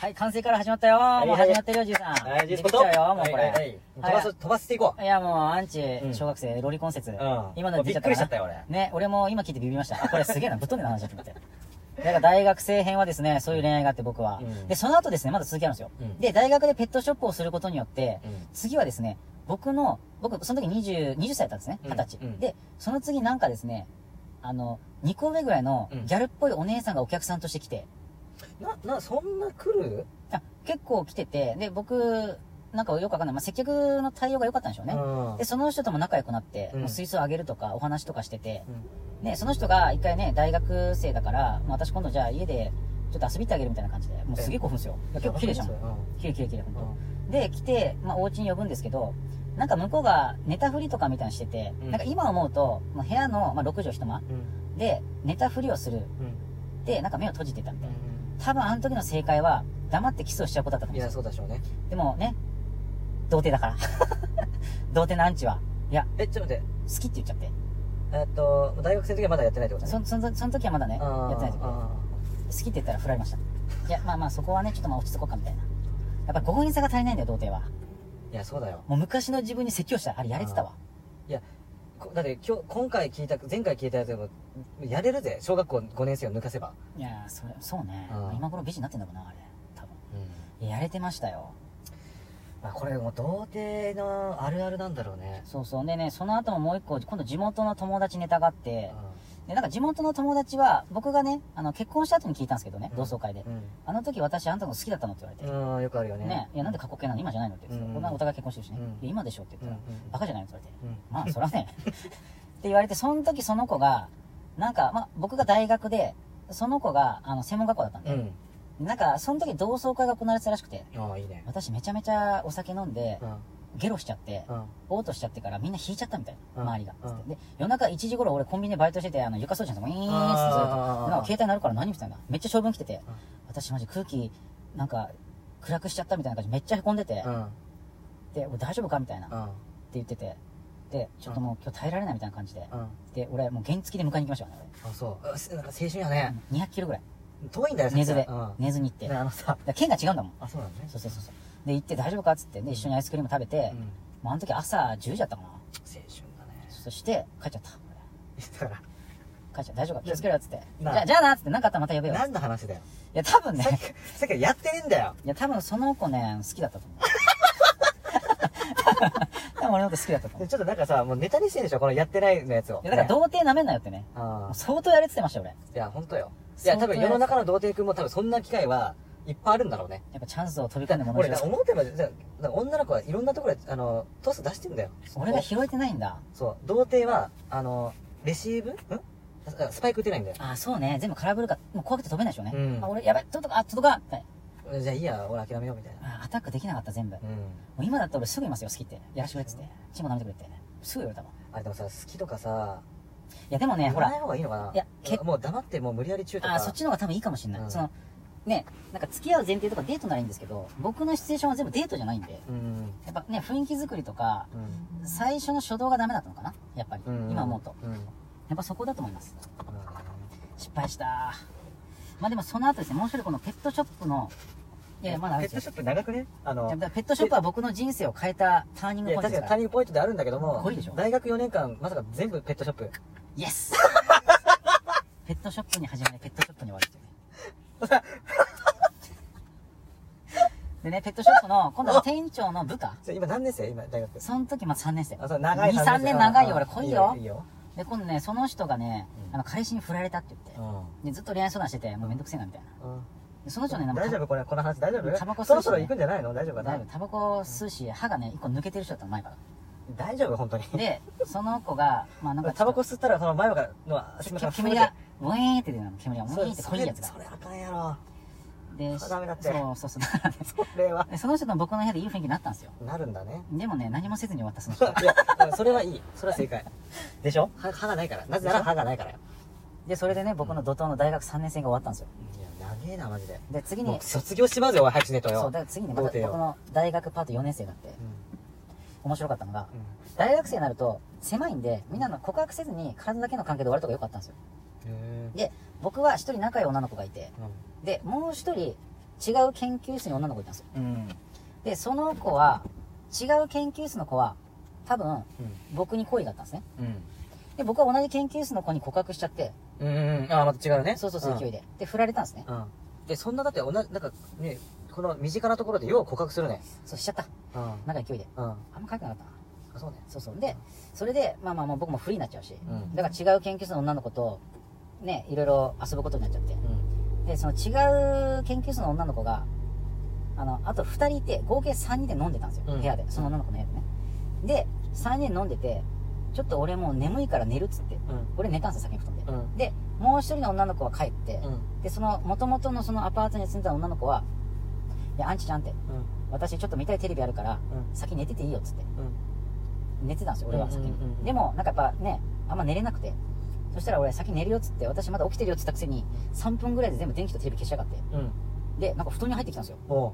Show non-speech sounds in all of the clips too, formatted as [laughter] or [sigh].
はい、完成から始まったよ。いもうはい始まってるよ、じいさん。はい、ジェでスきコちと。ゃうよ、もうこはいはいはれい。飛ばはす、い飛ばしていこう。いや、もう、アンチ、小学生、ロリコン説。今のでび出っくりしちゃったなよ、俺。ね、俺も今聞いてビビりました。あこれすげえ [laughs] な、ぶっ飛んでる話だと思って。だから大学生編はですね、そういう恋愛があって僕は。うんで、その後ですね、まだ続きあるんですよ。うんで、大学でペットショップをすることによって、うん次はですね、僕の、僕、その時20、20歳だったんですね、うん20歳。うんで、その次なんかですね、あの、2個上ぐらいのうんギャルっぽいお姉さんがお客さんとして来て、な、な、そんな来るあ結構来てて、で、僕、なんかよくわかんない。まあ、接客の対応が良かったんでしょうね。うんで、その人とも仲良くなって、うんもう水槽あげるとか、お話とかしてて、ね、その人が一回ね、大学生だから、まあ、私今度じゃあ家でちょっと遊び行ってあげるみたいな感じで、もうすげえ興奮ですよ。結構綺麗じゃん。綺麗綺麗綺麗、ほんと。で、来て、まあ、お家に呼ぶんですけど、なんか向こうが寝たふりとかみたいにしてて、うんなんか今思うと、まあ、部屋の、まあ、6畳一間うん。で、寝たふりをする。うん。で、なんか目を閉じてたみたいな。う多分あの時の正解は、黙ってキスをしちゃうことだったとん。思いうや、そうでしょうね。でもね、童貞だから。 [laughs] 童貞のアンチは、いや、え、ちょっと待って。好きって言っちゃって。えっと、大学生の時はまだやってないってことね。そそのその時はまだね、やってない時好きって言ったら振られました。いや、まあまあそこはね、ちょっとまあ落ち着こうかみたいな。やっぱ強引さが足りないんだよ、童貞は。いや、そうだよ。もう昔の自分に説教した。あれやれてたわ。こだって今日、今回聞いた、前回聞いたやつでも、やれるぜ。小学校5年生を抜かせば。いやー、それ、そうね。うんまあ今頃美人になってんだろうな、あれ。多分。いややれてましたよ。まあ、これもう童貞のあるあるなんだろうね。そうそう。でね、その後ももう一個、今度地元の友達ネタがあって、うで、なんか地元の友達は、僕がね、あの、結婚した後に聞いたんですけどね、うん同窓会で。ん。あの時私あんたの好きだったのって言われて。うん、よくあるよね。ね、いや、なんで過去形なの今じゃないのって言って、うんこんなお互い結婚してるしね、うんいや今でしょってう言んったら、バカじゃないのって言うん。われて、まあ、そらね、 [laughs] って言われて、その時その子が、なんか、まあ、僕が大学で、その子が、あの、専門学校だったんうで、ん。なんか、その時同窓会が行われてたらしくて、ああ、いいね。私めちゃめちゃお酒飲んでう、ん。ゲロしちゃって、うん。オートしちゃってからみんな引いちゃったみたいな、うん周りが、つっうて。で、夜中1時頃俺コンビニでバイトしてて、あの、床掃除のとこ、ウィーンってずっとなんか携帯鳴るから何みたいな。めっちゃ長文来てて、私マジ空気、なんか、暗くしちゃったみたいな感じめっちゃ凹んでて、うん。で、俺大丈夫かみたいな。ってうん。言ってて。で、ちょっともう今日耐えられないみたいな感じで。うん。で、俺もう原付で迎えに行きましたからね、あ、そう。あすなんか青春や俺ね。 200キロぐらい。遠いんだよ、寝ずでうん。寝ずに行って。だねかあのさ。ら県が違うんだもん。あ、そうなんね。そうそうそうそう。で、行って大丈夫かっつって、で、一緒にアイスクリーム食べて、うん。もうあの時朝10時だったかな。青春だね。そして、帰っちゃった。だか帰っちゃった。大丈夫か気をつけろよっつって。じなゃあ、じゃあなっつって、なんかあったらまた呼べよ。ら、い何の話だよ。や、多分ねさっ。き、さっきからやってねえんだよ。いや、多分その子ね、好きだった [laughs] と思う。多分俺のこと好きだったと思でう。ちょっとなんかさ、もうネタにしてるでしょ、このやってないのやつを。いや、だから童貞舐めんなよってね。あもう相当やれてました、俺。やいや、ほんとよ。いや、多分世の中の童貞君も多分そんな機会はいっぱいあるんだろうね。っぱチャンスを飛び込だんでも俺な思ってば、じゃあなんか女の子はいろんなところで、あの、トス出してんだよ。俺が拾えてないんだ。そう、童貞は、あの、レシーブんあスパイク打てないんだよ。ああ、そうね。全部空振るか、もう怖くて飛べないでしょうね。うんあ俺、やばい、届か、あ、届かって。じゃあいいや、俺諦めようみたいな。あアタックできなかった、全部。もうん。う今だったら俺すぐいますよ、好きって。やらしてくれっつって。チンも舐めてくれって。すぐ言われたもん。いあれでもさ、好きとかさ、や、でもね、言ほわならい、方がいいのかないやけもう黙って、もう無理やり中とか。あーそっちの方が多分いいかもしれない。うんその、ね、なんか付き合う前提とかデートならいいんですけど、僕のシチュエーションは全部デートじゃないんで。うん。やっぱね、雰囲気作りとか、うん。最初の初動がダメだったのかなやっぱり、うん今思うと。うん。うんやっぱそこだと思います。失敗した。まあでもその後ですね、もう一人このペットショップの、いやいや、まだあるペんでットすよ。ショップ長くねあのじゃあ、ペットショップは僕の人生を変えたターニングいポイントでや確かすにかターら。ニングポイントであるんだけども濃いでしょ、大学4年間、まさか全部ペットショップ。イエ [laughs] スペットショップに始まり、ペットショップに終わるっていうね。 [laughs] でね、ペットショップの、今度は店長の部下。それ今何年生今、大学。その時まあ3年生。あ、そう、長い2、三3年長いよ、うん俺来いよい。いよ。で、今度ね、その人がね、うんあの、彼氏に振られたって言うって。ん。で、ずっと恋愛相談してて、もうめんどくせえな、みたいな。うんでその人ね、なんか大丈夫これ、この話大丈夫タバコ吸うしねそろそろ行くんじゃないの大丈夫かだいなぶタバコ吸うし歯がね一個抜けてる人だったの前から [laughs] 大丈夫本当に。でその子がまあなんかタバコ吸吸ったら、その前からのは、うから煙がウェーンって出るの煙がウェそーンれってそ濃いれやつがそれあかんやろでそれダメだってそうそうそう [laughs] だからねそれはでその人と僕の部屋でいい雰囲気になったんですよなるんだねでもね何もせずに終わったそのい人やでもそれはいいそれは正解でしょ歯歯がないからなぜなら歯がないからよでそれでね僕の怒涛の大学3年生が終わったんですよいや長えなマジでで次もにう卒業しまうぜおい早くしねえとよそうだから次にまた僕童貞よの大学パート4年生になってうん面白かったのがうん大学生になると狭いんでみんなの告白せずに体だけの関係で終わるとか良かったんですよへえで僕は一人仲良い女の子がいてうんでもう一人違う研究室に女の子いたんですよ。うんで、その子は、違う研究室の子は、多分、僕に好意があったんですね。で、僕は同じ研究室の子に告白しちゃって、うんうんああまた違うねそうそうそう、勢いで。で、振られたんですね。うんでそんなだって同じなんかねこの身近なところでよう告白するねそう、しちゃった。うんうんなんか勢いで。ああんま書くなかったな。そうねそうそう。で、それで、まあまあまあ僕も不利になっちゃうし、うんだから違う研究室の女の子と、ね、いろいろ遊ぶことになっちゃって。うんで、その違う研究室の女の子が、あの、あと2人いて、合計3人で飲んでたんですよ。うん部屋で。その女の子の部屋でね。で、3人で飲んでて、ちょっと俺もう眠いから寝るっつって。うん俺寝たんですよ、先に布団で。うんで、もう一人の女の子は帰って、うんで、その、元々のそのアパートに住んでた女の子は、いや、アンチちゃんって、うん私ちょっと見たいテレビあるから、うん先寝てていいよっつって。うん寝てたんですよ、俺は先に。うんうんうんうんでも、なんかやっぱね、あんま寝れなくて。そしたら俺先寝るよっつって、私まだ起きてるよっつったくせに、3分ぐらいで全部電気とテレビ消しやがって。うんで、なんか布団に入ってきたんですよ。おう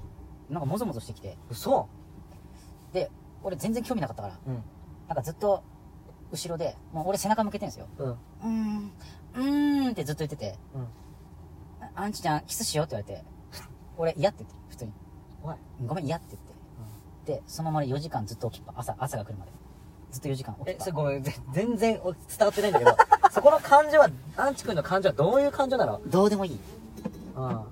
なんかもぞもぞしてきて。嘘で、俺全然興味なかったから、うんなんかずっと、後ろで、もう俺背中向けてんですよ。うんうーん、うーんってずっと言ってて、うんあアンチちゃんキスしようって言われて、俺嫌って言って、普通に。おいごめん、嫌って言って。で、そのまま4時間ずっと起きっぱ、朝、朝が来るまで。ずっと4時間起きっえ、ぱそれ。ごめん、ぜ全然お伝わってないんだけど、そこの感情は、アンチ君の感情はどういう感情なのどうでもいい。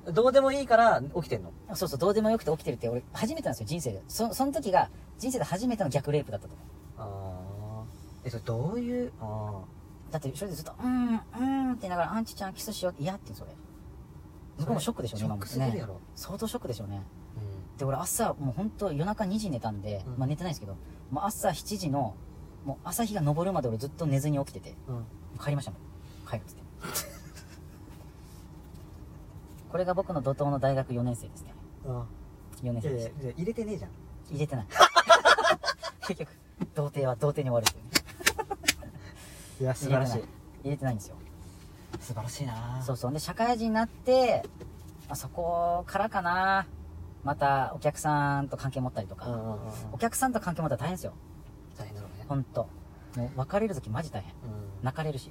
うん。どうでもいいから起きてんのそうそう、どうでもよくて起きてるって、俺、初めてなんですよ、人生で。そ、その時が、人生で初めての逆レイプだったと思あーえ、それどういう、あう。だって、それでずっと、うーん、うーんって言いながら、アンチちゃんキスしようって、嫌って言うんですよ、俺。向こうもショックでしょうね、ショッ今もクすぎるやねろ。相当ショックでしょうね。うで、俺朝、もう本当夜中2時に寝たんで、うんまあ寝てないんですけど、もう朝7時の、もう朝日が昇るまで俺ずっと寝ずに起きてて、ん。うん。帰りましたもん。帰るっつって。これが僕の怒涛の大学4年生ですね。あ4年いや生いでやすい。や入れてねえじゃん。入れ [laughs] てない。結局、童貞は童貞に終わるっていうね。いや、素晴らしい入れてな。入れてないんですよ。素晴らしいなそうそう。で、社会人になって、まあ、そこからかな。また、お客さんと関係持ったりとうんうんか。うんうん。お客さんと関係持ったら大変ですよ。大変だろうね。ほんと。もう別れる時マジ大変。うん。泣かれるし。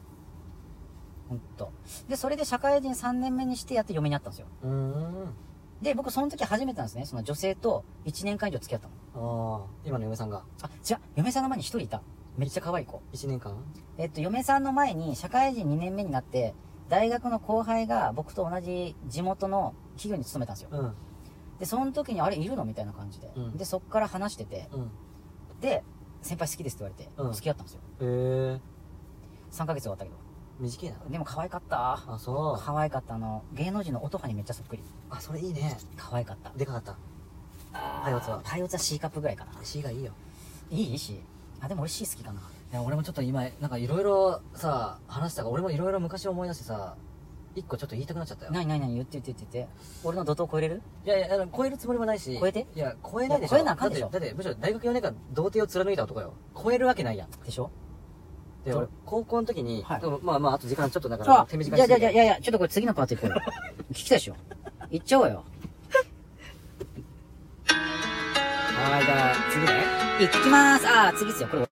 ほんと。で、それで社会人3年目にしてやって嫁になったんですよ。うーん。で、僕その時初めてなんですね。その女性と1年間以上付き合ったの。ああ、今の嫁さんが、あ、違う。嫁さんの前に1人いた。めっちゃ可愛い子。 1年間えっと、嫁さんの前に社会人2年目になって、大学の後輩が僕と同じ地元の企業に勤めたんですよ。うん。で、その時にあれいるのみたいな感じで。うんで、そっから話してて、うん。で、先輩好きですって言われて、うん付き合ったんですよ。へえ、 3ヶ月終わったけど。短いな。でも可愛かった。あ、そう。可愛かった。あの、芸能人の音羽にめっちゃそっくり。あ、それいいね。可愛かった。でかかった。パイオツは。パイオツは C カップぐらいかな。 C がいいよ。いい ?C。あ、でも俺 C 好きかな。いや俺もちょっと今なんかいろいろさ話したから俺もいろいろ昔を思い出してさ一個ちょっと言いたくなっちゃったよなになになに言って言って言って。俺の怒涛超えれるいやいやあの超えるつもりもないし超えていや超えないでしょいや超えなあかんでしょだってだってむしろ大学4年間童貞を貫いた男よ超えるわけないやんでしょでど俺高校の時に、はいでもまあまああと時間ちょっとだかあら手短いにやしいてやいやいやいや、ちょっとこれ次のパート行こうよ。 [laughs] 聞きたいでしょ。行っちゃお [laughs] うよ。はーいじゃあ次ね行ってきまーす。あー、次っすよ。これ